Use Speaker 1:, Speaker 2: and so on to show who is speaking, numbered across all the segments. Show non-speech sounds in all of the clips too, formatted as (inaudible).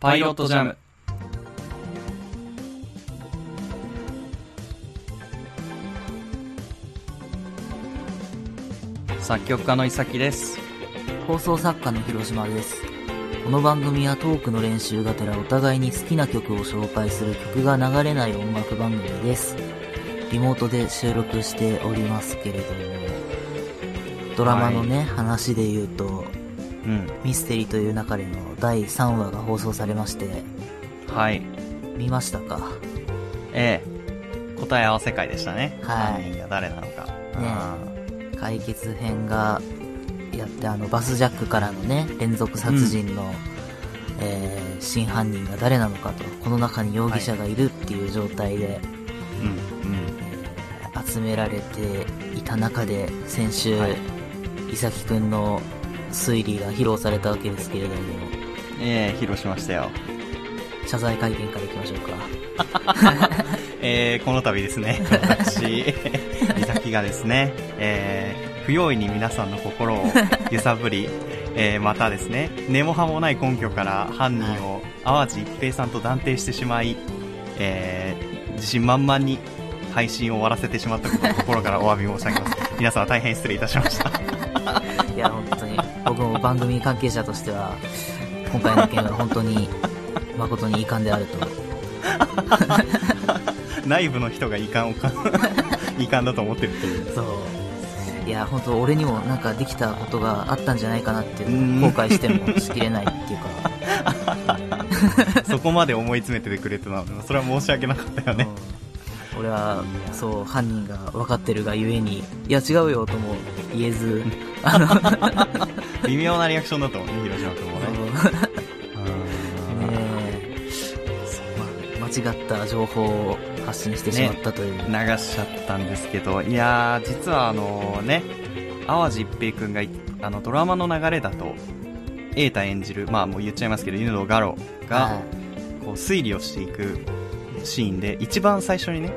Speaker 1: パイロットジャム。作曲家の伊崎です。
Speaker 2: 放送作家の広島です。この番組はトークの練習がてらお互いに好きな曲を紹介する曲が流れない音楽番組です。リモートで収録しておりますけれども、ドラマのね、話で言うと、
Speaker 1: うん。
Speaker 2: ミステリーという中での第3話が放送されまして、
Speaker 1: はい。
Speaker 2: 見ましたか
Speaker 1: ええ。答え合わせ会でしたね。
Speaker 2: は
Speaker 1: 犯
Speaker 2: い
Speaker 1: 人が誰なのか。
Speaker 2: 解決編がやってあのバスジャックからのね連続殺人の、えー真犯人が誰なのかとこの中に容疑者がいるっていう状態で、
Speaker 1: うん。
Speaker 2: 集められていた中で先週、
Speaker 1: はい
Speaker 2: 伊崎くんの推理が披露されたわけですけれども
Speaker 1: うん。ええ、披露しましたよ。
Speaker 2: 謝罪会見からいきましょうか
Speaker 1: えー、この度ですね、私、美咲がですね、えー、不用意に皆さんの心を揺さぶり、えー、またですね、根も葉もない根拠から犯人を淡路一平さんと断定してしまい、えー、自信満々に配信を終わらせてしまったことを心からお詫び申し上げます。皆さん大変失礼いたしました。
Speaker 2: いや本当に僕も番組関係者としては今回の件は本当に誠に遺憾であると
Speaker 1: 内部の人が遺憾をか、 (laughs) 遺憾だと思ってるっていう。
Speaker 2: そういや本当俺にもなんかできたことがあったんじゃないかなっていうのを後悔してもしきれないっていうか、
Speaker 1: そこまで思い詰めててくれてたので、それは申し訳なかった (laughs)
Speaker 2: (laughs)
Speaker 1: よね。
Speaker 2: うん俺はそう犯人が分かってるがゆえにいや違うよとも言えずあの
Speaker 1: 微妙なリアクションだったもんね、広島君もね。
Speaker 2: そうねえま間違った情報を発信してしまったという、
Speaker 1: 流しちゃったんですけど、いやー、実はあのね、淡路一平くんがい、あの、ドラマの流れだと、瑛太演じる、まあもう言っちゃいますけど、犬のガロ
Speaker 2: は
Speaker 1: が、こう、推理をしていくシーンで、一番最初にね、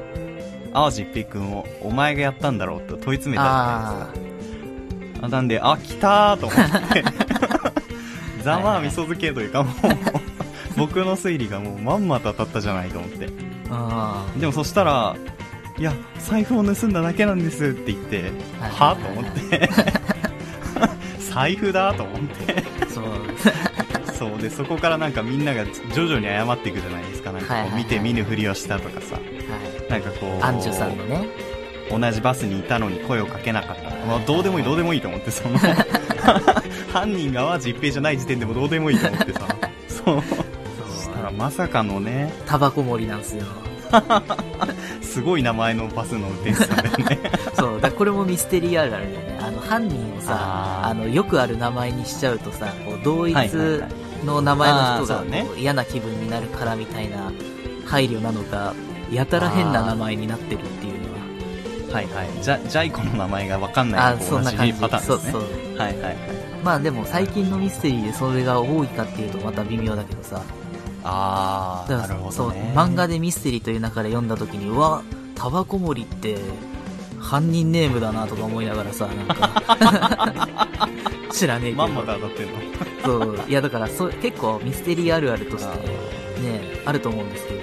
Speaker 1: 淡路一平くんを、お前がやったんだろうと問い詰
Speaker 2: い、
Speaker 1: めたじゃない
Speaker 2: あ
Speaker 1: ですか。なんで、あ、来たーと思
Speaker 2: (laughs)
Speaker 1: って、ざまあ味噌漬けというか、もう、僕の推理がもうまんまと当たったじゃないと思って。
Speaker 2: ーあ
Speaker 1: でもそしたら、いや、財布を盗んだだけなんですって言って、
Speaker 2: はい
Speaker 1: はと思って。 (laughs) 財布だと思って。
Speaker 2: ーそう
Speaker 1: そうで、そこからなんかみんなが徐々に謝っていくじゃないですか。なん
Speaker 2: はい
Speaker 1: か
Speaker 2: はい
Speaker 1: こう
Speaker 2: はい
Speaker 1: 見て見ぬふりをしたとかさ。なんかこう、
Speaker 2: アンジュさんのね
Speaker 1: 同じバスにいたのに声をかけなかった。まあどうでもいいどうでもいいと思って、そ
Speaker 2: (laughs)
Speaker 1: の、犯人が淡路一平じゃない時点でもどうでもいいと思ってさ。そう。そ
Speaker 2: そ
Speaker 1: し
Speaker 2: う
Speaker 1: たらまさかのね、
Speaker 2: タバコ盛りなんですよ
Speaker 1: すごい名前のバスの運転手さんだよね。
Speaker 2: そう、だからこれもミステリーあるあるだよね。あの、犯人をさ、
Speaker 1: あ
Speaker 2: あ
Speaker 1: ー
Speaker 2: の、よくある名前にしちゃうとさ、こう同一
Speaker 1: はいはいはい
Speaker 2: の名前の
Speaker 1: あー
Speaker 2: 人が
Speaker 1: そうね
Speaker 2: こう嫌な気分になるからみたいな配慮なのか、やたら変な名前になってるっていうのは。
Speaker 1: はいはい。じゃ、ジャイコの名前がわかん
Speaker 2: あ
Speaker 1: ない
Speaker 2: ー
Speaker 1: のと
Speaker 2: そ
Speaker 1: 同
Speaker 2: んな
Speaker 1: じ
Speaker 2: 感じ。
Speaker 1: パターン
Speaker 2: そう
Speaker 1: ですね。
Speaker 2: そう。
Speaker 1: はいはいはい。
Speaker 2: まあでも最近のミステリーでそれが多いかっていうとまた微妙だけどさ。
Speaker 1: あー、
Speaker 2: だ
Speaker 1: なる
Speaker 2: から
Speaker 1: ほ
Speaker 2: そう
Speaker 1: ど、ね。
Speaker 2: 漫画でミステリーという中で読んだ時に、うわ、タバコ盛りって、犯人ネームだなとか思いながらさ、なんか、
Speaker 1: (laughs)
Speaker 2: 知らねえけ
Speaker 1: ま
Speaker 2: ど。
Speaker 1: んまと当たってんの。
Speaker 2: そう、いやだからそ結構ミステリーあるあるとして
Speaker 1: あ
Speaker 2: ね、あると思うんですけど。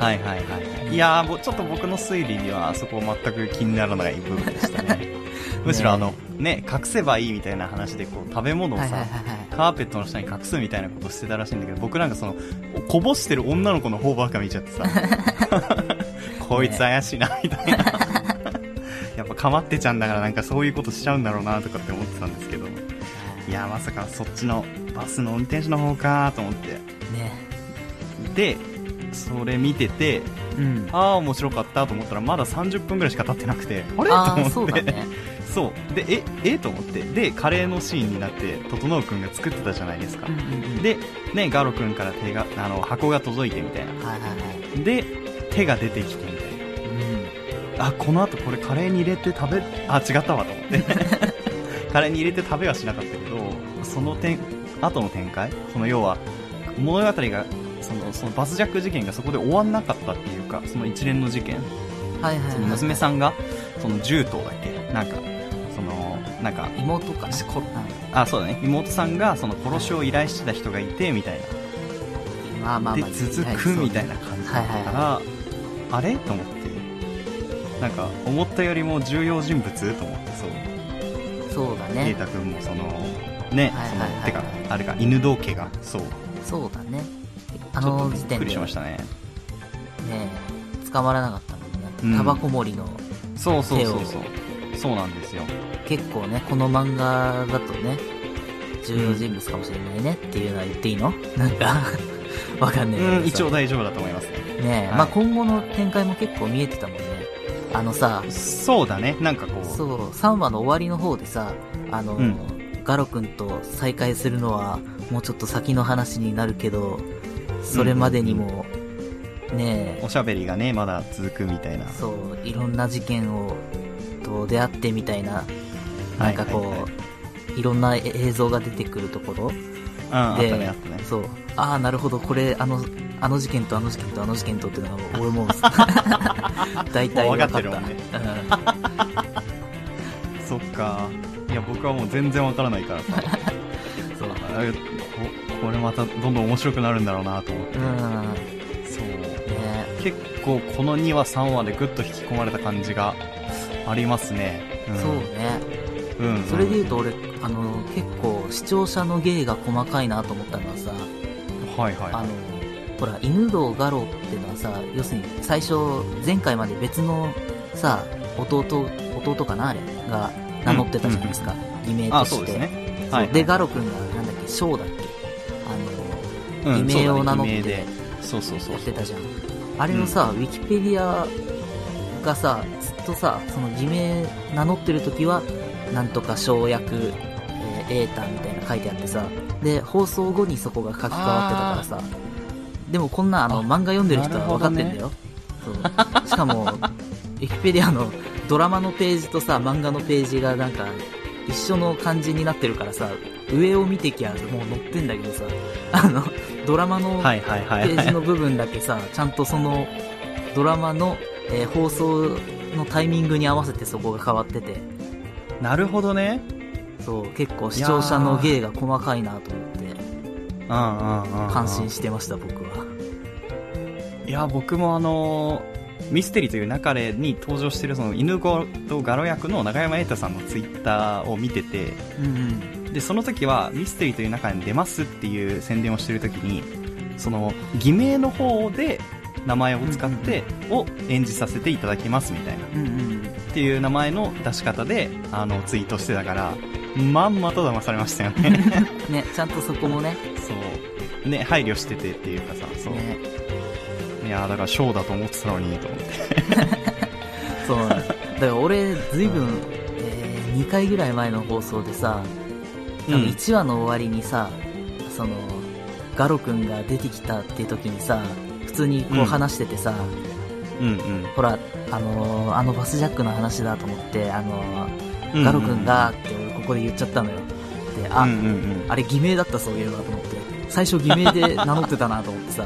Speaker 1: はいはいはいはい。いやー、もうちょっと僕の推理にはあそこ全く気にならない部分でしたね。
Speaker 2: (laughs)
Speaker 1: むしろあの、ね、隠せばいいみたいな話で、こう、食べ物を
Speaker 2: はいはい
Speaker 1: さ
Speaker 2: はい、はい。
Speaker 1: カーペットの下に隠すみたいなことしてたらしいんだけど、僕なんかその、こぼしてる女の子の方ばっか見ちゃって
Speaker 2: (laughs)
Speaker 1: さ、こいつ怪しいな、みたいな。 (laughs) やっぱかまってちゃんだからなんかそういうことしちゃうんだろうな、とかって思ってたんですけど、いや、まさかそっちのバスの運転手の方か、と思って。
Speaker 2: ね。
Speaker 1: で、それ見てて、
Speaker 2: うん。
Speaker 1: ああ、面白かったと思ったら、まだ30分ぐらいしか経ってなくて、あれ
Speaker 2: ああ、
Speaker 1: と
Speaker 2: そ
Speaker 1: 思
Speaker 2: う
Speaker 1: っ
Speaker 2: だ
Speaker 1: て。
Speaker 2: ね。
Speaker 1: (laughs) そうで、え、えと思って。で、カレーのシーンになって、整くんが作ってたじゃないですか
Speaker 2: うん。うんうん。
Speaker 1: で、ね、ガロくんから手が、あの、箱が届いてみたいな。
Speaker 2: はいはいは
Speaker 1: で、手が出てきてみたい
Speaker 2: い。うん。
Speaker 1: な。あ、この後これカレーに入れて食べ、あ、違ったわと思って。 (laughs) カレーに入れて食べはしなかったけど、その点、後の展開その要は、物語が、その、そのバスジャック事件がそこで終わんなかったっていうか、その一連の事件。
Speaker 2: はいはい
Speaker 1: そ
Speaker 2: はい。
Speaker 1: の娘さんが、その銃刀だっけなんか、その、なんか、
Speaker 2: 妹かな。
Speaker 1: しこ
Speaker 2: はい
Speaker 1: あ、そうだね。妹さんが、その殺しを依頼してた人がいて、みたいな。
Speaker 2: まあまあ
Speaker 1: で
Speaker 2: まあ。
Speaker 1: 続くみたいな感じだったから、あれと思ってなんか思ったよりも重要人物と思ってそう
Speaker 2: そうだ
Speaker 1: 啓
Speaker 2: ね。
Speaker 1: 太君もそのね、
Speaker 2: はい
Speaker 1: そ
Speaker 2: はいはい
Speaker 1: のてかあれか犬堂家がそう
Speaker 2: そうだね。あ
Speaker 1: ちょっと
Speaker 2: の
Speaker 1: び
Speaker 2: 時
Speaker 1: っ
Speaker 2: 点
Speaker 1: く
Speaker 2: で、
Speaker 1: りしま
Speaker 2: ね
Speaker 1: したね
Speaker 2: え捕まらなかったも
Speaker 1: うんん
Speaker 2: ね。タバコ森の、
Speaker 1: そうそうそうそうそうなんですよ
Speaker 2: 結構ね、この漫画だとね、重要人物かもしれないねっていうのは言っていいのなんか、 (laughs) わかんねえけど
Speaker 1: う
Speaker 2: さ
Speaker 1: ん一応大丈夫だと思いますね
Speaker 2: ねえ、
Speaker 1: はい
Speaker 2: まあ今後の展開も結構見えてたもんね。あのさ、
Speaker 1: そうだねなんかこう
Speaker 2: そう、3話の終わりの方でさ、あの、
Speaker 1: うん
Speaker 2: ガロ君と再会するのは、もうちょっと先の話になるけど、それまでにも、ねえ、
Speaker 1: おしゃべりがねまだ続くみたいな
Speaker 2: そう、いろんな事件を、と出会ってみたいな、なんかこう、
Speaker 1: はい
Speaker 2: い
Speaker 1: はいはい
Speaker 2: ろんな映像が出てくるところ
Speaker 1: うんあった
Speaker 2: で、
Speaker 1: ねあったね
Speaker 2: そう、ああ、なるほど、これ、あの、あの事件とあの事件とあの事件とっていうのが、
Speaker 1: (laughs)
Speaker 2: 俺もう、大体分かった。
Speaker 1: もう分かって
Speaker 2: うん
Speaker 1: そっかいや僕はもう全然わからないからさ
Speaker 2: そう
Speaker 1: あここれまたどんどん面白くなるんだろうなと思って
Speaker 2: うん。
Speaker 1: そう
Speaker 2: ね
Speaker 1: 結構この2話3話でぐっと引き込まれた感じがありますね、うん、
Speaker 2: そうね。
Speaker 1: うん、うん、
Speaker 2: それで言うと俺、あの、結構視聴者の芸が細かいなと思ったのはさ、
Speaker 1: はいはい
Speaker 2: あ
Speaker 1: は
Speaker 2: の、ほら、犬堂画廊っていうのはさ、要するに最初、前回まで別のさ、弟、弟かなあれが名乗ってたじゃないですか。偽名
Speaker 1: い
Speaker 2: と
Speaker 1: あ
Speaker 2: して。
Speaker 1: そうですね
Speaker 2: そう。
Speaker 1: はい
Speaker 2: で、画廊くんがなんだっけ、翔だっけあの、
Speaker 1: うん
Speaker 2: 偽名を名
Speaker 1: そうだね
Speaker 2: 乗っ
Speaker 1: 偽名
Speaker 2: て
Speaker 1: でそうそうそう
Speaker 2: やってたじゃん。あれのさ、ウィキペディアがさ、ずっとさ、その偽名名乗ってる時は、なんとか省略、えー、エータみたいな書いてあってさ、で、放送後にそこが書き換わってたからさ、でもこんなあの
Speaker 1: あ
Speaker 2: 漫画読んでる人は
Speaker 1: なるほ
Speaker 2: 分か
Speaker 1: ど
Speaker 2: ってん
Speaker 1: ね
Speaker 2: だよ。そう。しかも、ウィキペディアのドラマのページとさ、漫画のページがなんか、一緒の感じになってるからさ、上を見てきゃもう載ってんだけどさ、あの、ドラマの
Speaker 1: はいはいは
Speaker 2: ペ
Speaker 1: い
Speaker 2: ー
Speaker 1: は
Speaker 2: ジ
Speaker 1: い
Speaker 2: の部分だけさ、ちゃんとそのドラマの、えー放送のタイミングに合わせてそこが変わってて、
Speaker 1: (laughs) なるほどね
Speaker 2: そう、結構視聴者の芸が細かいなと思って、
Speaker 1: うんうんうんうん
Speaker 2: 感心してました、僕は。
Speaker 1: いや僕もあのミステリーという中でに登場してるその犬子とガロ役の永山瑛太さんのツイッターを見てて
Speaker 2: うんうん。
Speaker 1: でその時はミステリーという中に出ますっていう宣伝をしてる時にその偽名の方で名前を使ってを演じさせていただきますみたいな
Speaker 2: うんうん。
Speaker 1: っていう名前の出し方であのツイートしてたからまんまと騙されましたよ
Speaker 2: (laughs)
Speaker 1: ね
Speaker 2: ね、ちゃんとそこもね、
Speaker 1: そうね配慮しててっていうかさそう、
Speaker 2: ね
Speaker 1: いやだからショーだと思ってたのにと思って
Speaker 2: そうなんです。だから俺、ずいぶん、え2回ぐらい前の放送でさ、多分1話の終わりにさ、その、ガロ君が出てきたって時にさ、普通にこう話しててさ、
Speaker 1: うんうん
Speaker 2: ほら、あのーあのバスジャックの話だと思って、あのー
Speaker 1: うん
Speaker 2: ガロ君がって俺ここで言っちゃったのよ。で、あ、
Speaker 1: うんうんうん
Speaker 2: あれ偽名だったそういえばと思って、最初偽名で名乗ってたなと思っ
Speaker 1: (laughs)
Speaker 2: てさ、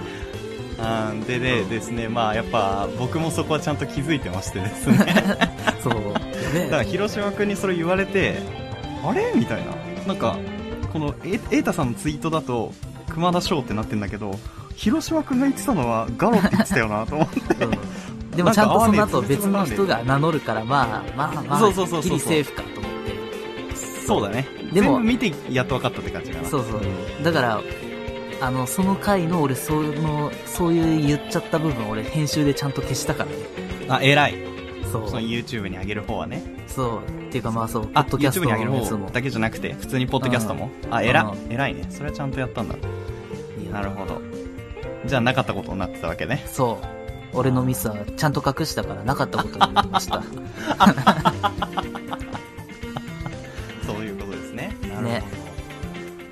Speaker 1: あーででですねまあやっぱ僕もそこはちゃんと気づいてましてですね
Speaker 2: そう、やべえ
Speaker 1: だから広島君にそれ言われてあれみたいななんかこのえ瑛太さんのツイートだと熊田翔ってなってんだけど広島君が言ってたのはガロって言ってたよなと思って
Speaker 2: うんでもちゃんとその後別の人が名乗るから、まあまあまあ、
Speaker 1: そうそうそうそう
Speaker 2: ギリセーフかと思って。
Speaker 1: (laughs) そうだね
Speaker 2: でも
Speaker 1: 全部見てやっと分かったって感じかな
Speaker 2: そうそう。だから、あの、その回の俺、その、そういう言っちゃった部分俺編集でちゃんと消したからね。
Speaker 1: あ偉い
Speaker 2: そう
Speaker 1: そ。の YouTube に上げる方はね
Speaker 2: そう。っていうかまあそう、ポ
Speaker 1: あ
Speaker 2: ッドキャス
Speaker 1: YouTube
Speaker 2: ト
Speaker 1: に上げる
Speaker 2: のやつも
Speaker 1: 方。だけじゃなくて普通にポッドキャストもあ偉い偉いねそれはちゃんとやったんだ
Speaker 2: いや
Speaker 1: なるほどじゃあなかったことになってたわけね
Speaker 2: そう。俺のミスはちゃんと隠したからなかったことになりました。
Speaker 1: そういうことですね。なるほど。
Speaker 2: ね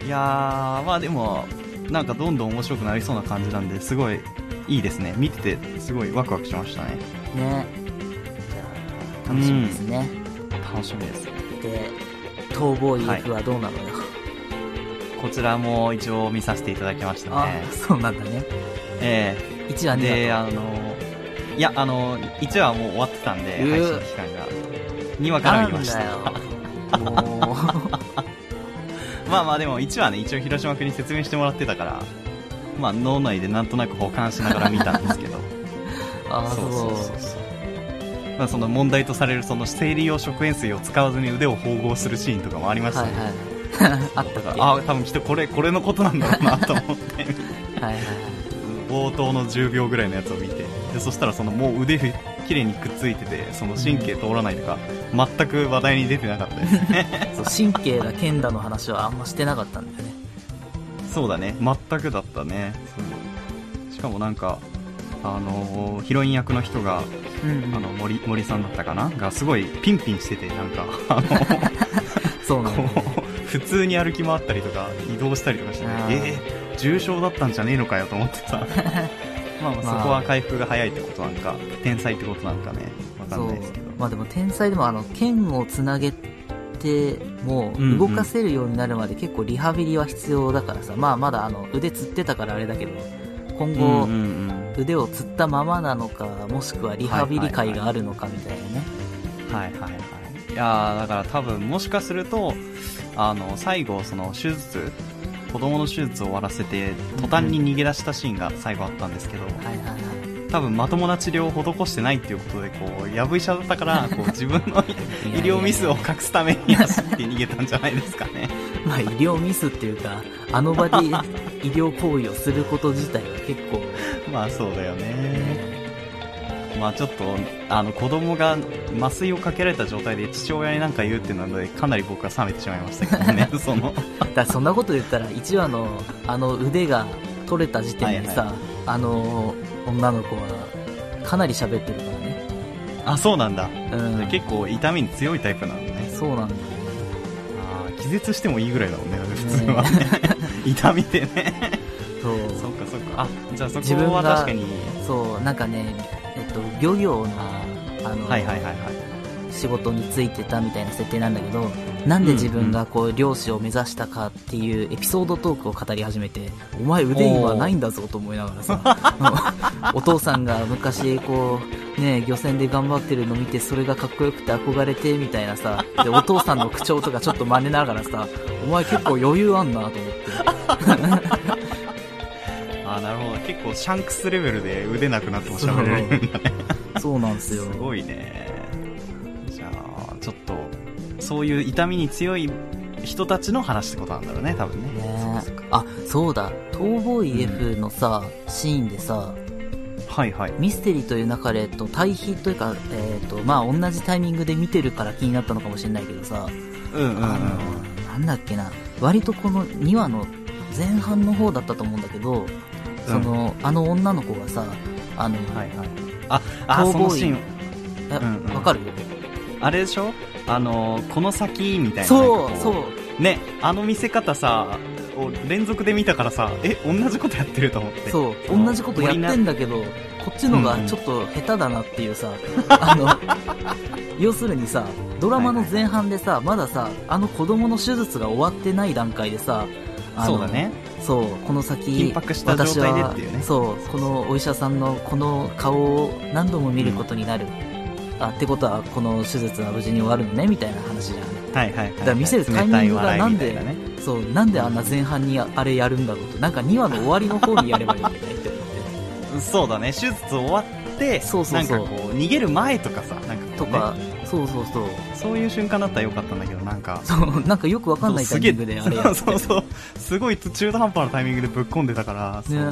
Speaker 1: いやー、まあでも、なんかどんどん面白くなりそうな感じなんで、すごいいいですね。見てて、すごいワクワクしましたね。
Speaker 2: ね。じゃあ、楽しみですね。
Speaker 1: 楽しみです。
Speaker 2: で、逃亡 EF はどうなのよ。
Speaker 1: こちらも一応見させていただきましたね
Speaker 2: あ、。そうなんだね。
Speaker 1: え
Speaker 2: 1
Speaker 1: え
Speaker 2: 話2
Speaker 1: で、
Speaker 2: 話
Speaker 1: あの、いや、あの、1話はもう終わってたんで、
Speaker 2: う
Speaker 1: 配信期間が。2話
Speaker 2: と。
Speaker 1: から見
Speaker 2: な
Speaker 1: ま
Speaker 2: ん
Speaker 1: し
Speaker 2: だ
Speaker 1: た。
Speaker 2: よ。もう、
Speaker 1: まあまあでも1話ね、一応広島君に説明してもらってたから、まあ、脳内でなんとなく保管しながら見たんですけど
Speaker 2: ああ、そう
Speaker 1: まあ、その問題とされるその生理用食塩水を使わずに腕を縫合するシーンとかもありました
Speaker 2: は
Speaker 1: ね、
Speaker 2: いはい。 (laughs) あった
Speaker 1: だ
Speaker 2: か。
Speaker 1: かららああ多分きっとこれこれのことなんだろうなと思って
Speaker 2: はいはいはい。
Speaker 1: 冒頭の10秒ぐらいのやつを見てでそしたらそのもう腕ふ綺麗にくっついててその神経通らないとか全く話題に出てなかったです
Speaker 2: (laughs)
Speaker 1: ね
Speaker 2: そう、神経だ、剣だの話はあんましてなかったんだよね。
Speaker 1: そうだね全くだったねそうしかもなんかあのーヒロイン役の人が
Speaker 2: うん、うん。
Speaker 1: あの森森さんだったかながすごいピンピンしててなんかあの
Speaker 2: そうなんだよね、
Speaker 1: こう普通に歩き回ったりとか移動したりとかしてね
Speaker 2: あー
Speaker 1: えー重症だったんじゃねえのかよと思って (laughs) さまあまあそ
Speaker 2: まあ
Speaker 1: こは回復が早いってことなんか天才ってことなんかねわか
Speaker 2: そ
Speaker 1: ん
Speaker 2: う
Speaker 1: ないですけど
Speaker 2: まあでも天才でもあの剣をつなげても
Speaker 1: うんうん
Speaker 2: 動かせるようになるまで結構リハビリは必要だからさ、まあまだあの腕つってたからあれだけど今後
Speaker 1: うんうんうん
Speaker 2: 腕をつったままなのかもしくはリハビリ会があるのかみたいなね、
Speaker 1: はいはいはいいやーだから多分もしかするとあの最後その手術子供の手術を終わらせて途端に逃げ出したシーンが最後あったんですけど、
Speaker 2: はいはいはい
Speaker 1: 多分まともな治療を施してないっていうことでこうやぶ医者だったからこう自分の医療ミスを隠すために走って逃げたんじゃないですかね (laughs)
Speaker 2: まあ医療ミスっていうかあの (laughs) 場で医療行為をすること自体は結構
Speaker 1: まあそうだよねまあちょっとあの子供が麻酔をかけられた状態で父親になんか言うっていうのでかなり僕は冷めてしまいましたけど (laughs) ねその
Speaker 2: だからそんなこと言ったら1話のあの腕が取れた時点でさ、
Speaker 1: はい
Speaker 2: あの女の子はかなり喋ってるからね
Speaker 1: あそうなんだ、
Speaker 2: うん
Speaker 1: 結構痛みに強いタイプなのね
Speaker 2: そうなんだよね
Speaker 1: あー気絶してもいいぐらいだもんね普通 (laughs) はね痛みでねそ
Speaker 2: そう
Speaker 1: っかそっかあじゃあそ
Speaker 2: 自分
Speaker 1: こ
Speaker 2: が
Speaker 1: は確かに
Speaker 2: そうなんかねえっと漁業のあの、
Speaker 1: はいはいはいはい
Speaker 2: 仕事についてたみたいな設定なんだけどなんで自分がこう漁師を目指したかっていうエピソードトークを語り始めてお前腕今ないんだぞと思いながらさ (laughs) お父さんが昔こうね漁船で頑張ってるの見てそれがかっこよくて憧れてみたいなさでお父さんの口調とかちょっと真似ながらさお前結構余裕あんなと思って
Speaker 1: あーなるほど結構シャンクスレベルで腕なくなっても喋れるんだね
Speaker 2: そうなんです
Speaker 1: す
Speaker 2: よ
Speaker 1: ごいねじゃあちょっとそういう痛みに強い人たちの話ってことなんだろうね多分ね
Speaker 2: ねあそうだ逃亡医 F のさ、シーンでさ
Speaker 1: はいはい
Speaker 2: ミステリーという中で、えっと、対比というか、えっと、まあ、同じタイミングで見てるから気になったのかもしれないけどさ、
Speaker 1: うんうんうん
Speaker 2: あの、なんだっけな、割とこの2話の前半の方だったと思うんだけど、その、あの女の子がさ、あの、
Speaker 1: はいはいああ
Speaker 2: 逃亡
Speaker 1: そのシーン
Speaker 2: えわ、
Speaker 1: うんうん
Speaker 2: かる
Speaker 1: あれでしょあのこの先みたいな
Speaker 2: そ
Speaker 1: なん
Speaker 2: う、
Speaker 1: か
Speaker 2: そ
Speaker 1: こ
Speaker 2: う。
Speaker 1: ねあの見せ方さを連続で見たからさえ同じことやってると思って
Speaker 2: そう、
Speaker 1: あの
Speaker 2: 同じことやってんだけど、こっちのがちょっと下手だなっていうさ、あの、
Speaker 1: (laughs)
Speaker 2: 要するにさ、ドラマの前半でさ、まださ、あの子供の手術が終わってない段階でさ、あの
Speaker 1: そうだね
Speaker 2: そう、この先、
Speaker 1: 緊迫した状態でっていうね
Speaker 2: 私はそう、このお医者さんのこの顔を何度も見ることになる。あ、ってことは、この手術は無事に終わるのね、みたいな話じゃん。
Speaker 1: はいはいはい、はい、
Speaker 2: だから見せるタイミングがなんで
Speaker 1: 冷たい笑いみたいね
Speaker 2: そう、なんであんな前半にあれやるんだろうと。なんか2話の終わりの方にやればいいんじゃない
Speaker 1: (laughs)
Speaker 2: って思って。
Speaker 1: そうだね手術終わって
Speaker 2: そうそうそう
Speaker 1: なんかこう逃げる前とかさなんかこうね
Speaker 2: とか、そうそうそう。
Speaker 1: そういう瞬間だったらよかったんだけどなんか
Speaker 2: そう、なんかよくわかんないタイミングであれやって。
Speaker 1: (laughs) そうそうそうすごい中途半端なタイミングでぶっ込んでたから、そう
Speaker 2: ね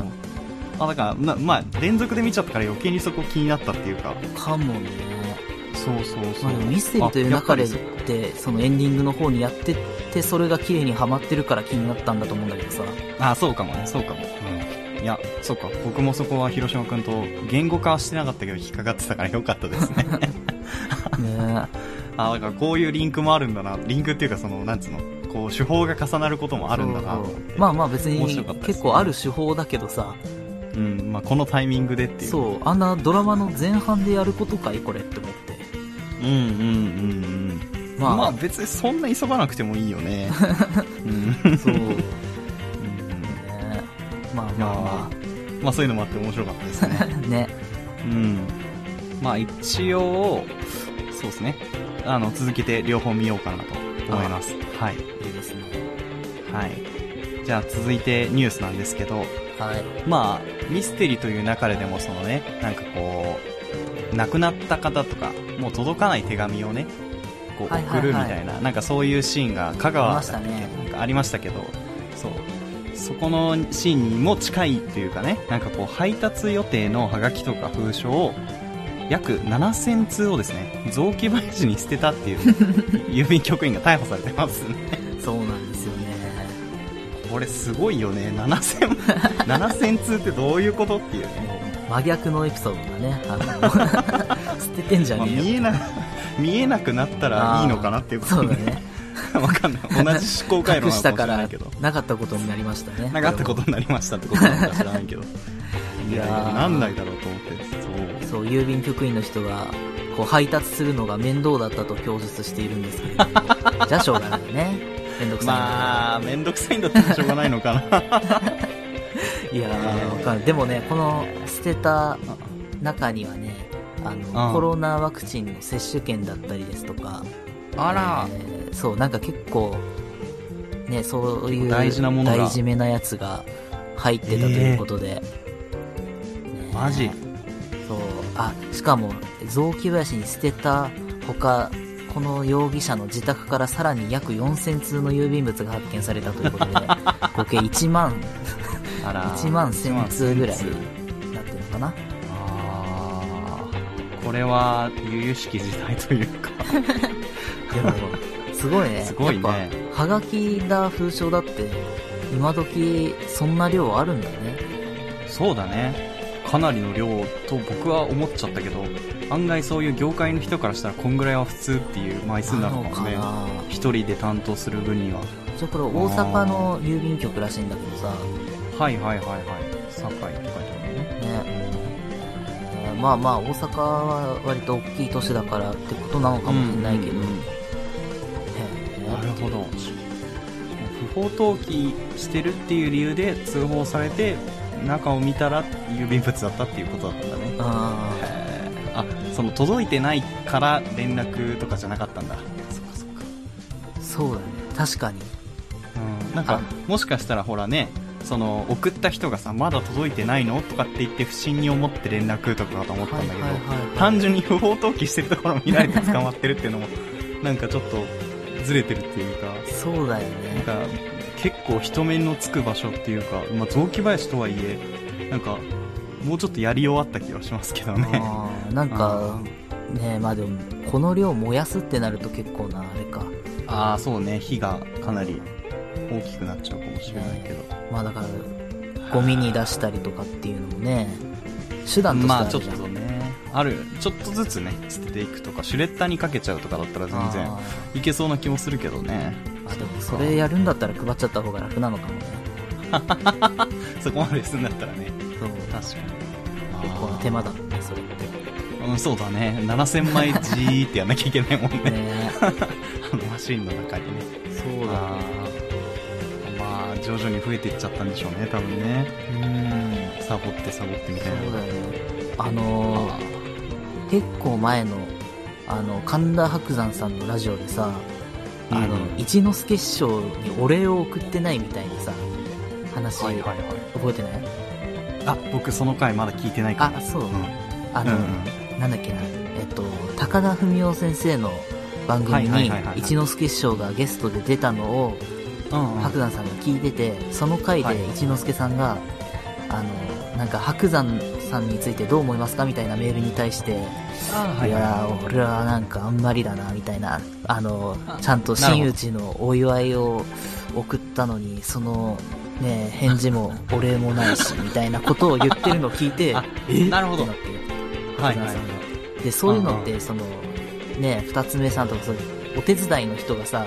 Speaker 1: あだからなまあ連続で見ちゃったから余計にそこ気になったっていうか
Speaker 2: かもね。
Speaker 1: そうそうそ
Speaker 2: ま
Speaker 1: う、
Speaker 2: あでもミステリーという中でって、そのエンディングの方にやってって、それが綺麗にはまってるから気になったんだと思うんだけ
Speaker 1: (laughs)
Speaker 2: どさ。
Speaker 1: あそうかもねそうかも、うん、いやそうか僕もそこは広島君と言語化はしてなかったけど引っかかってたからよかったです
Speaker 2: (laughs)
Speaker 1: ね
Speaker 2: ね
Speaker 1: あだからこういうリンクもあるんだなリンクっていうかそのなんつうのこう手法が重なることもあるんだなと思って
Speaker 2: まあまあ別に
Speaker 1: 面白かったですね
Speaker 2: 結構ある手法だけどさ、
Speaker 1: うんまあ、このタイミングでっていう
Speaker 2: そう、あんなドラマの前半でやることかいこれって思って。
Speaker 1: うんうんうんうん
Speaker 2: まあ、
Speaker 1: まあ別にそんな急がなくてもいいよね
Speaker 2: (laughs)
Speaker 1: うん
Speaker 2: そう。ね
Speaker 1: うん
Speaker 2: まあ
Speaker 1: いや
Speaker 2: まあま
Speaker 1: ーまあそういうのもあって面白かったです
Speaker 2: (laughs) あ。
Speaker 1: ね
Speaker 2: ね。
Speaker 1: うんまあ一応そうですねあの続けて両方見ようかなと思いますはい、
Speaker 2: いいですね。
Speaker 1: はい、じゃあ続いてニュースなんですけど
Speaker 2: はい。
Speaker 1: まあ、ミステリーという中ででもそのね、なんかこう、亡くなった方とか、もう届かない手紙をね、こう
Speaker 2: はいはいはい
Speaker 1: 送るみたいな、なんかそういうシーンが香
Speaker 2: あり
Speaker 1: 川
Speaker 2: ましたね
Speaker 1: なんかありましたけど、そう。そこのシーンにも近いというかね、なんかこう配達予定のハガキとか封書を約7000通をですね、雑木林に捨てたって
Speaker 2: (laughs)
Speaker 1: いう郵便局員が逮捕されてますね。
Speaker 2: そうなんですよね。
Speaker 1: これすごいよね、7000、7000通ってどういうことっていうね。
Speaker 2: 真逆のエピソードがね、あの、 (laughs) 捨ててんじゃ
Speaker 1: まあ、
Speaker 2: ねえよ。
Speaker 1: 見えな見えなくなったらいいのかなっていうこと
Speaker 2: そうだ
Speaker 1: ね
Speaker 2: ね。
Speaker 1: (laughs) わかんない同じ思考回路
Speaker 2: 隠
Speaker 1: な
Speaker 2: し
Speaker 1: のかもし
Speaker 2: たか
Speaker 1: れな
Speaker 2: ら
Speaker 1: いけど、
Speaker 2: なかったことになりましたね。
Speaker 1: なかったことになりましたってことなのか知らないけど (laughs) いや
Speaker 2: いやー
Speaker 1: ーなんないだろうと思ってそう
Speaker 2: そう、郵便局員の人が、こう、配達するのが面倒だったと供述しているんですけれ
Speaker 1: (laughs)
Speaker 2: ども、じゃあしょうがないよね。めんどくさいんだから
Speaker 1: まあ面倒くさいんだったらしょうがないのかな
Speaker 2: いやー、わかる。でもね、この捨てた中にはね、あの、
Speaker 1: うん
Speaker 2: コロナワクチンの接種券だったりですとか、
Speaker 1: あら
Speaker 2: えーそう、なんか結構、ね、そういう
Speaker 1: 大事なものが
Speaker 2: 大事めなやつが入ってたということで。ね
Speaker 1: (laughs) マジ
Speaker 2: そう。あ、しかも、雑木林に捨てたほか、この容疑者の自宅からさらに約4000通の郵便物が発見されたとい
Speaker 1: (laughs)
Speaker 2: うことで、合計1万
Speaker 1: あら
Speaker 2: 1万1000通ぐらい
Speaker 1: 1万1000通
Speaker 2: なってるのかな
Speaker 1: あーこれは由々しき事態というか
Speaker 2: でもすごい
Speaker 1: (laughs)
Speaker 2: ね
Speaker 1: すごいね
Speaker 2: やっぱはがきだ封書だって今時そんな量あるんだね
Speaker 1: そうだねかなりの量と僕は思っちゃったけど案外そういう業界の人からしたらこんぐらいは普通っていう枚数なのかもね
Speaker 2: なのかな
Speaker 1: 一人で担当する分には
Speaker 2: ちょこれ大阪の郵便局らしいんだけどさ、
Speaker 1: はいはいはいはい堺って書いてあるね
Speaker 2: ねえーまあまあ大阪は割と大きい都市だからってことなのかもしれないけど、
Speaker 1: うんうん
Speaker 2: ねえ
Speaker 1: なるほど不法投棄してるっていう理由で通報されて中を見たら郵便物だったっていうことだったんだね
Speaker 2: あ
Speaker 1: へーあその届いてないから連絡とかじゃなかったんだそっかそっか
Speaker 2: あそうだね確かに
Speaker 1: うんなんかもしかしたらほらねその送った人がさまだ届いてないのとかって言って不審に思って連絡とかかと思ったんだけど、
Speaker 2: はいはいはいはい
Speaker 1: 単純に不法投棄してるところを見られて捕まってるっていうのもなんかちょっとずれてるっていうか
Speaker 2: そうだよ
Speaker 1: なん
Speaker 2: ね
Speaker 1: か結構人目のつく場所っていうか、まあ、雑木林とはいえなんかもうちょっとやり終わった気がしますけどね
Speaker 2: あーなんかねえまあでもこの量燃やすってなると結構なあれか
Speaker 1: ああそうね火がかなり大きくなっちゃうかもしれないけど
Speaker 2: まあだからゴミに出したりとかっていうのもね手段として
Speaker 1: まあ
Speaker 2: る
Speaker 1: ち
Speaker 2: じ
Speaker 1: ょ
Speaker 2: ゃ
Speaker 1: っ
Speaker 2: ん
Speaker 1: とねあるちょっとずつね捨てていくとかシュレッダーにかけちゃうとかだったら全然
Speaker 2: あ
Speaker 1: いけそうな気もするけどね
Speaker 2: ーあでもそれやるんだったら配っちゃった方が楽なのかもね
Speaker 1: そこまでするんだったらね
Speaker 2: そう
Speaker 1: 確かに
Speaker 2: 結構な手間だもんねそれ (laughs) っ
Speaker 1: うん、そうだね。7000枚じーってやんなきゃいけないもん
Speaker 2: て
Speaker 1: ね。
Speaker 2: ね
Speaker 1: あのマシンの中にね。
Speaker 2: そうだ
Speaker 1: あーまあ、徐々に増えていっちゃったんでしょうね、多分ね。
Speaker 2: (laughs) うん
Speaker 1: サボってサボってみたい
Speaker 2: そう
Speaker 1: な。
Speaker 2: だよねあのー結構前のあの神田伯山さんのラジオでさあの、
Speaker 1: うん
Speaker 2: 一之輔師匠にお礼を送ってないみたいなさ話、
Speaker 1: はいはいはい。
Speaker 2: 覚えてない
Speaker 1: あ、僕その回まだ聞いてないか
Speaker 2: あ
Speaker 1: ら。
Speaker 2: そう、
Speaker 1: うん。
Speaker 2: あ
Speaker 1: う
Speaker 2: の、
Speaker 1: んうん。
Speaker 2: なんだっけな、えっと、高田文雄先生の番組
Speaker 1: はいはい
Speaker 2: に
Speaker 1: はいは、い
Speaker 2: 一之輔師匠がゲストで出たのを、
Speaker 1: うんうん
Speaker 2: 白山さんが聞いてて、その回
Speaker 1: はい
Speaker 2: で一之輔さんが、あの、なんか白山さんについてどう思いますかみたいなメールに対して、
Speaker 1: あーはいいはい
Speaker 2: や
Speaker 1: は
Speaker 2: ー、俺はなんかあんまりだな、みたいな、あの
Speaker 1: あ、
Speaker 2: ちゃんと
Speaker 1: なるほ
Speaker 2: 真
Speaker 1: ど
Speaker 2: 打ちのお祝いを送ったのに、その、ね、返事もお礼もないし、みたいなことを言ってるのを聞いて
Speaker 1: (laughs) あ、
Speaker 2: え
Speaker 1: なるほど
Speaker 2: ってなって
Speaker 1: い。はいはい。
Speaker 2: でそういうのっ
Speaker 1: うん
Speaker 2: てそのね二つ目さんとかそういうお手伝いの人がさ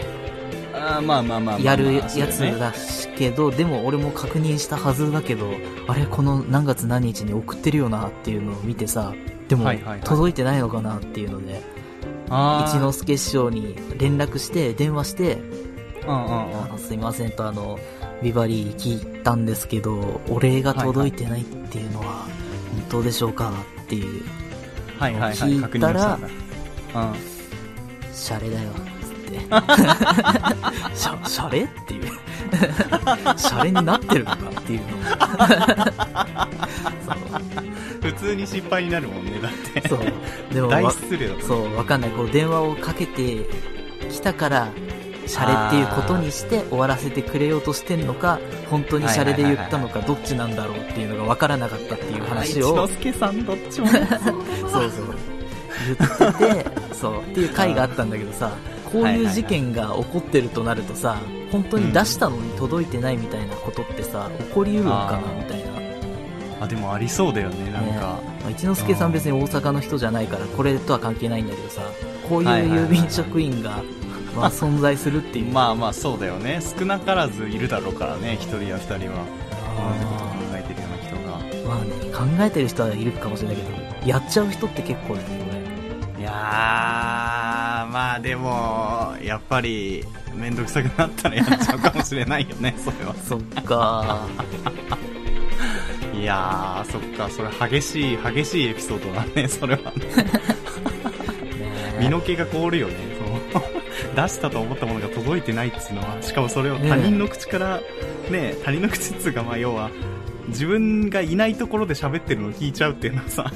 Speaker 1: あーまあまあまあまあまあ。
Speaker 2: やるや
Speaker 1: そうだ
Speaker 2: つ
Speaker 1: ね
Speaker 2: だしけどでも俺も確認したはずだけどあれこの何月何日に送ってるよなっていうのを見てさでも
Speaker 1: はいはいはい
Speaker 2: 届いてないのかなっていうので
Speaker 1: あ
Speaker 2: 一
Speaker 1: ー
Speaker 2: 之輔師匠に連絡して電話して
Speaker 1: うんうんうん
Speaker 2: あのすいませんとあのビバリー聞いたんですけどお礼が届いてないっていうのは本当でしょうかっていう
Speaker 1: はいはいは
Speaker 2: 聞い
Speaker 1: い。
Speaker 2: たら
Speaker 1: 確認をしたんだ。うん。
Speaker 2: (laughs) シャレだよ、つって。シャ、シャレっていう。 (laughs) シャレになってるのかっていうのも
Speaker 1: 普通に失敗になるもんね、だって。
Speaker 2: そうでも
Speaker 1: 大
Speaker 2: わ
Speaker 1: 失礼だと。
Speaker 2: そうわかんないこう電話をかけてきたからシャレっていうことにして終わらせてくれようとしてんのか本当にシャレで言ったのかどっちなんだろうっていうのがわからなかったっていう話を
Speaker 1: あ一之輔さんどっちもね。
Speaker 2: そうそう言っててそうっていう回があったんだけどさこういう事件が起こってるとなるとさ本当に出したのに届いてないみたいなことってさ起こりうるのかな
Speaker 1: あー
Speaker 2: みたいな
Speaker 1: (laughs) あ、でもありそうだよね、なんか。
Speaker 2: ねまあ一之輔さん別に大阪の人じゃないからこれとは関係ないんだけどさこういう郵便職員が、まあ、存在するっていう
Speaker 1: まあまあそうだよね。少なからずいるだろうからね、一人や二人は。同じことを
Speaker 2: あ
Speaker 1: 考えてるような人が。
Speaker 2: ーまあね考えてる人はいるかもしれないけどやっちゃう人って結構だよね
Speaker 1: いやー、まあでも、やっぱり、めんどくさくなったらやっちゃうかもしれないよね、それは。
Speaker 2: そっかー
Speaker 1: いやー、そっか、それ激しい、激しいエピソードだね、それは。
Speaker 2: ね
Speaker 1: 身の毛が凍るよね、 (laughs) その出したと思ったものが届いてないっつうのは、しかもそれを他人の口から、ね、他人の口っつうか、まあ要は、自分がいないところで喋ってるのを聞いちゃうっていうのは
Speaker 2: (laughs)
Speaker 1: さ、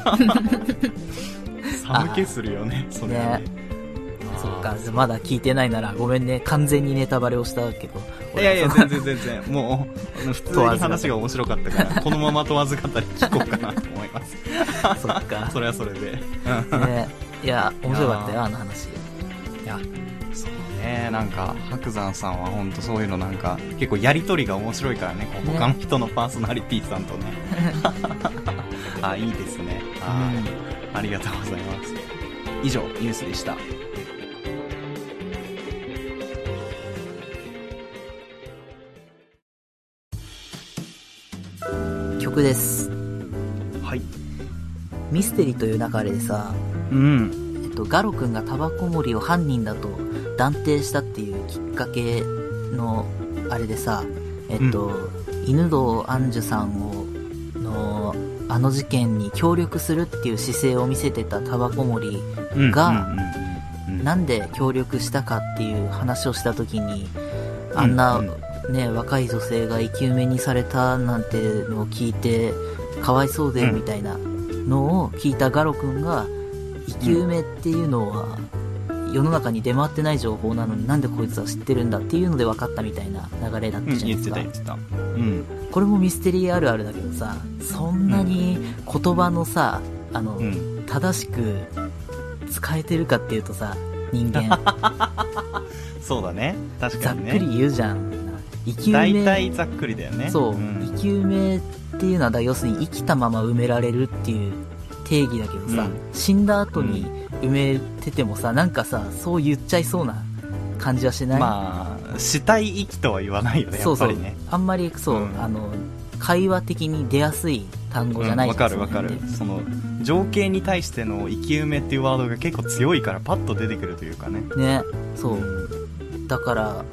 Speaker 1: 寒気するよね、それはね。
Speaker 2: そっか、まだ聞いてないならごめんね、完全にネタバレをしたけど。
Speaker 1: いやいや、
Speaker 2: 俺は
Speaker 1: 全然全然。もう、あの普通に話が面白かった
Speaker 2: (laughs)
Speaker 1: から、このまま問わず語り聞こうかなと思います。
Speaker 2: そっか。
Speaker 1: それはそれで。
Speaker 2: ね、いや、面白かったよ、あの話。
Speaker 1: いや、そうね、なんか、白山さんは本当そういうのなんか、結構やりとりが面白いからね、こう
Speaker 2: ね
Speaker 1: 他の人のパーソナリティさん (laughs) とね。あ、いいですね。あ,、ありがとうございます。以上、ニュースでした。
Speaker 2: 曲です。
Speaker 1: はい。
Speaker 2: ミステリーという流れでさ、
Speaker 1: うん。
Speaker 2: えっと、ガロ君がタバコ森を犯人だと断定したっていうきっかけの、あれでさ、えっと、犬堂杏樹さんを、の、あの事件に協力するっていう姿勢を見せてたタバコ森
Speaker 1: うん
Speaker 2: が、
Speaker 1: うんうんうん
Speaker 2: なんで協力したかっていう話をした時にあんな、
Speaker 1: うん
Speaker 2: ね若い女性が生き埋めにされたなんてのを聞いてかわいそうで
Speaker 1: うん
Speaker 2: みたいなのを聞いたガロ君が生き埋めっていうのは世の中に出回ってない情報なのになんでこいつは知ってるんだっていうので分かったみたいな流れだった
Speaker 1: うん
Speaker 2: じゃな
Speaker 1: 言
Speaker 2: い
Speaker 1: っ
Speaker 2: で
Speaker 1: て
Speaker 2: す
Speaker 1: た言
Speaker 2: か、
Speaker 1: ってた。うん。
Speaker 2: これもミステリーあるあるだけどさそんなに言葉のさあの、
Speaker 1: うん。
Speaker 2: 正しく使えてるかっていうとさ人
Speaker 1: (laughs)
Speaker 2: 間
Speaker 1: そうだね。確
Speaker 2: ざ
Speaker 1: か
Speaker 2: っ
Speaker 1: に
Speaker 2: く
Speaker 1: ね。
Speaker 2: り言うじゃん。生き
Speaker 1: 大
Speaker 2: 埋め、
Speaker 1: 体ざっくりだよね。
Speaker 2: そう、
Speaker 1: ん
Speaker 2: 生き埋めっていうのは、だ要するに生きたまま埋められるっていう定義だけどさ、
Speaker 1: うん
Speaker 2: 死んだ後に埋めててもさ、なんかさ、そう言っちゃいそうな感じはしない、
Speaker 1: まあ、死体遺棄とは言わないよね、や
Speaker 2: そう
Speaker 1: っぱ
Speaker 2: そう
Speaker 1: りね。、
Speaker 2: あんまりそう、
Speaker 1: うん
Speaker 2: あの、会話的に出やすい単語じゃない
Speaker 1: うんわか
Speaker 2: じゃん
Speaker 1: るわかる
Speaker 2: その辺って
Speaker 1: その情景に対しての生き埋めっていうワードが結構強いからパッと出てくるというかね
Speaker 2: ね、そう、だから、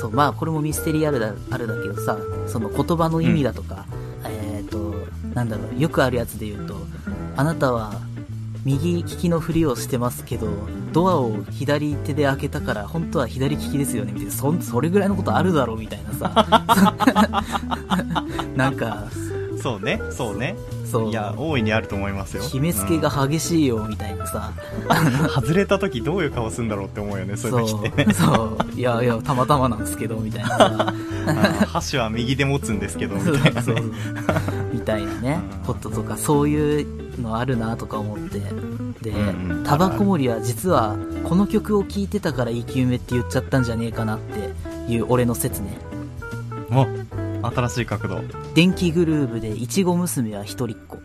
Speaker 2: そう、まあ、これもミステリーあるだ、あるだけどさ、その言葉の意味だとか、えっ、と、なんだろう、よくあるやつで言うと、あなたは、右利きのふりをしてますけど、ドアを左手で開けたから、本当は左利きですよね、みたいな、そん、それぐらいのことあるだろう、みたいな
Speaker 1: (laughs)
Speaker 2: さ。なんか、
Speaker 1: そうねそうね
Speaker 2: そう
Speaker 1: い、や大いにあると思いますよ
Speaker 2: 決めつけが激しいよ、みたいなさ。
Speaker 1: うん外れた時どういう顔するんだろうって思うよねそういう時ってね
Speaker 2: そう、そう、いやいや、たまたまなんですけど、みたいなさ。 (laughs)
Speaker 1: うん箸は右で持つんですけどみたいな
Speaker 2: そう
Speaker 1: ね
Speaker 2: (laughs) みたいなね
Speaker 1: うん
Speaker 2: こととかそういうのあるなとか思ってで
Speaker 1: うんうん
Speaker 2: タバコ森は実はこの曲を聴いてたから生き埋めって言っちゃったんじゃねえかなっていう俺の説ね
Speaker 1: (laughs) お新しい角度
Speaker 2: 電気グルーヴでいちご娘は一人っ子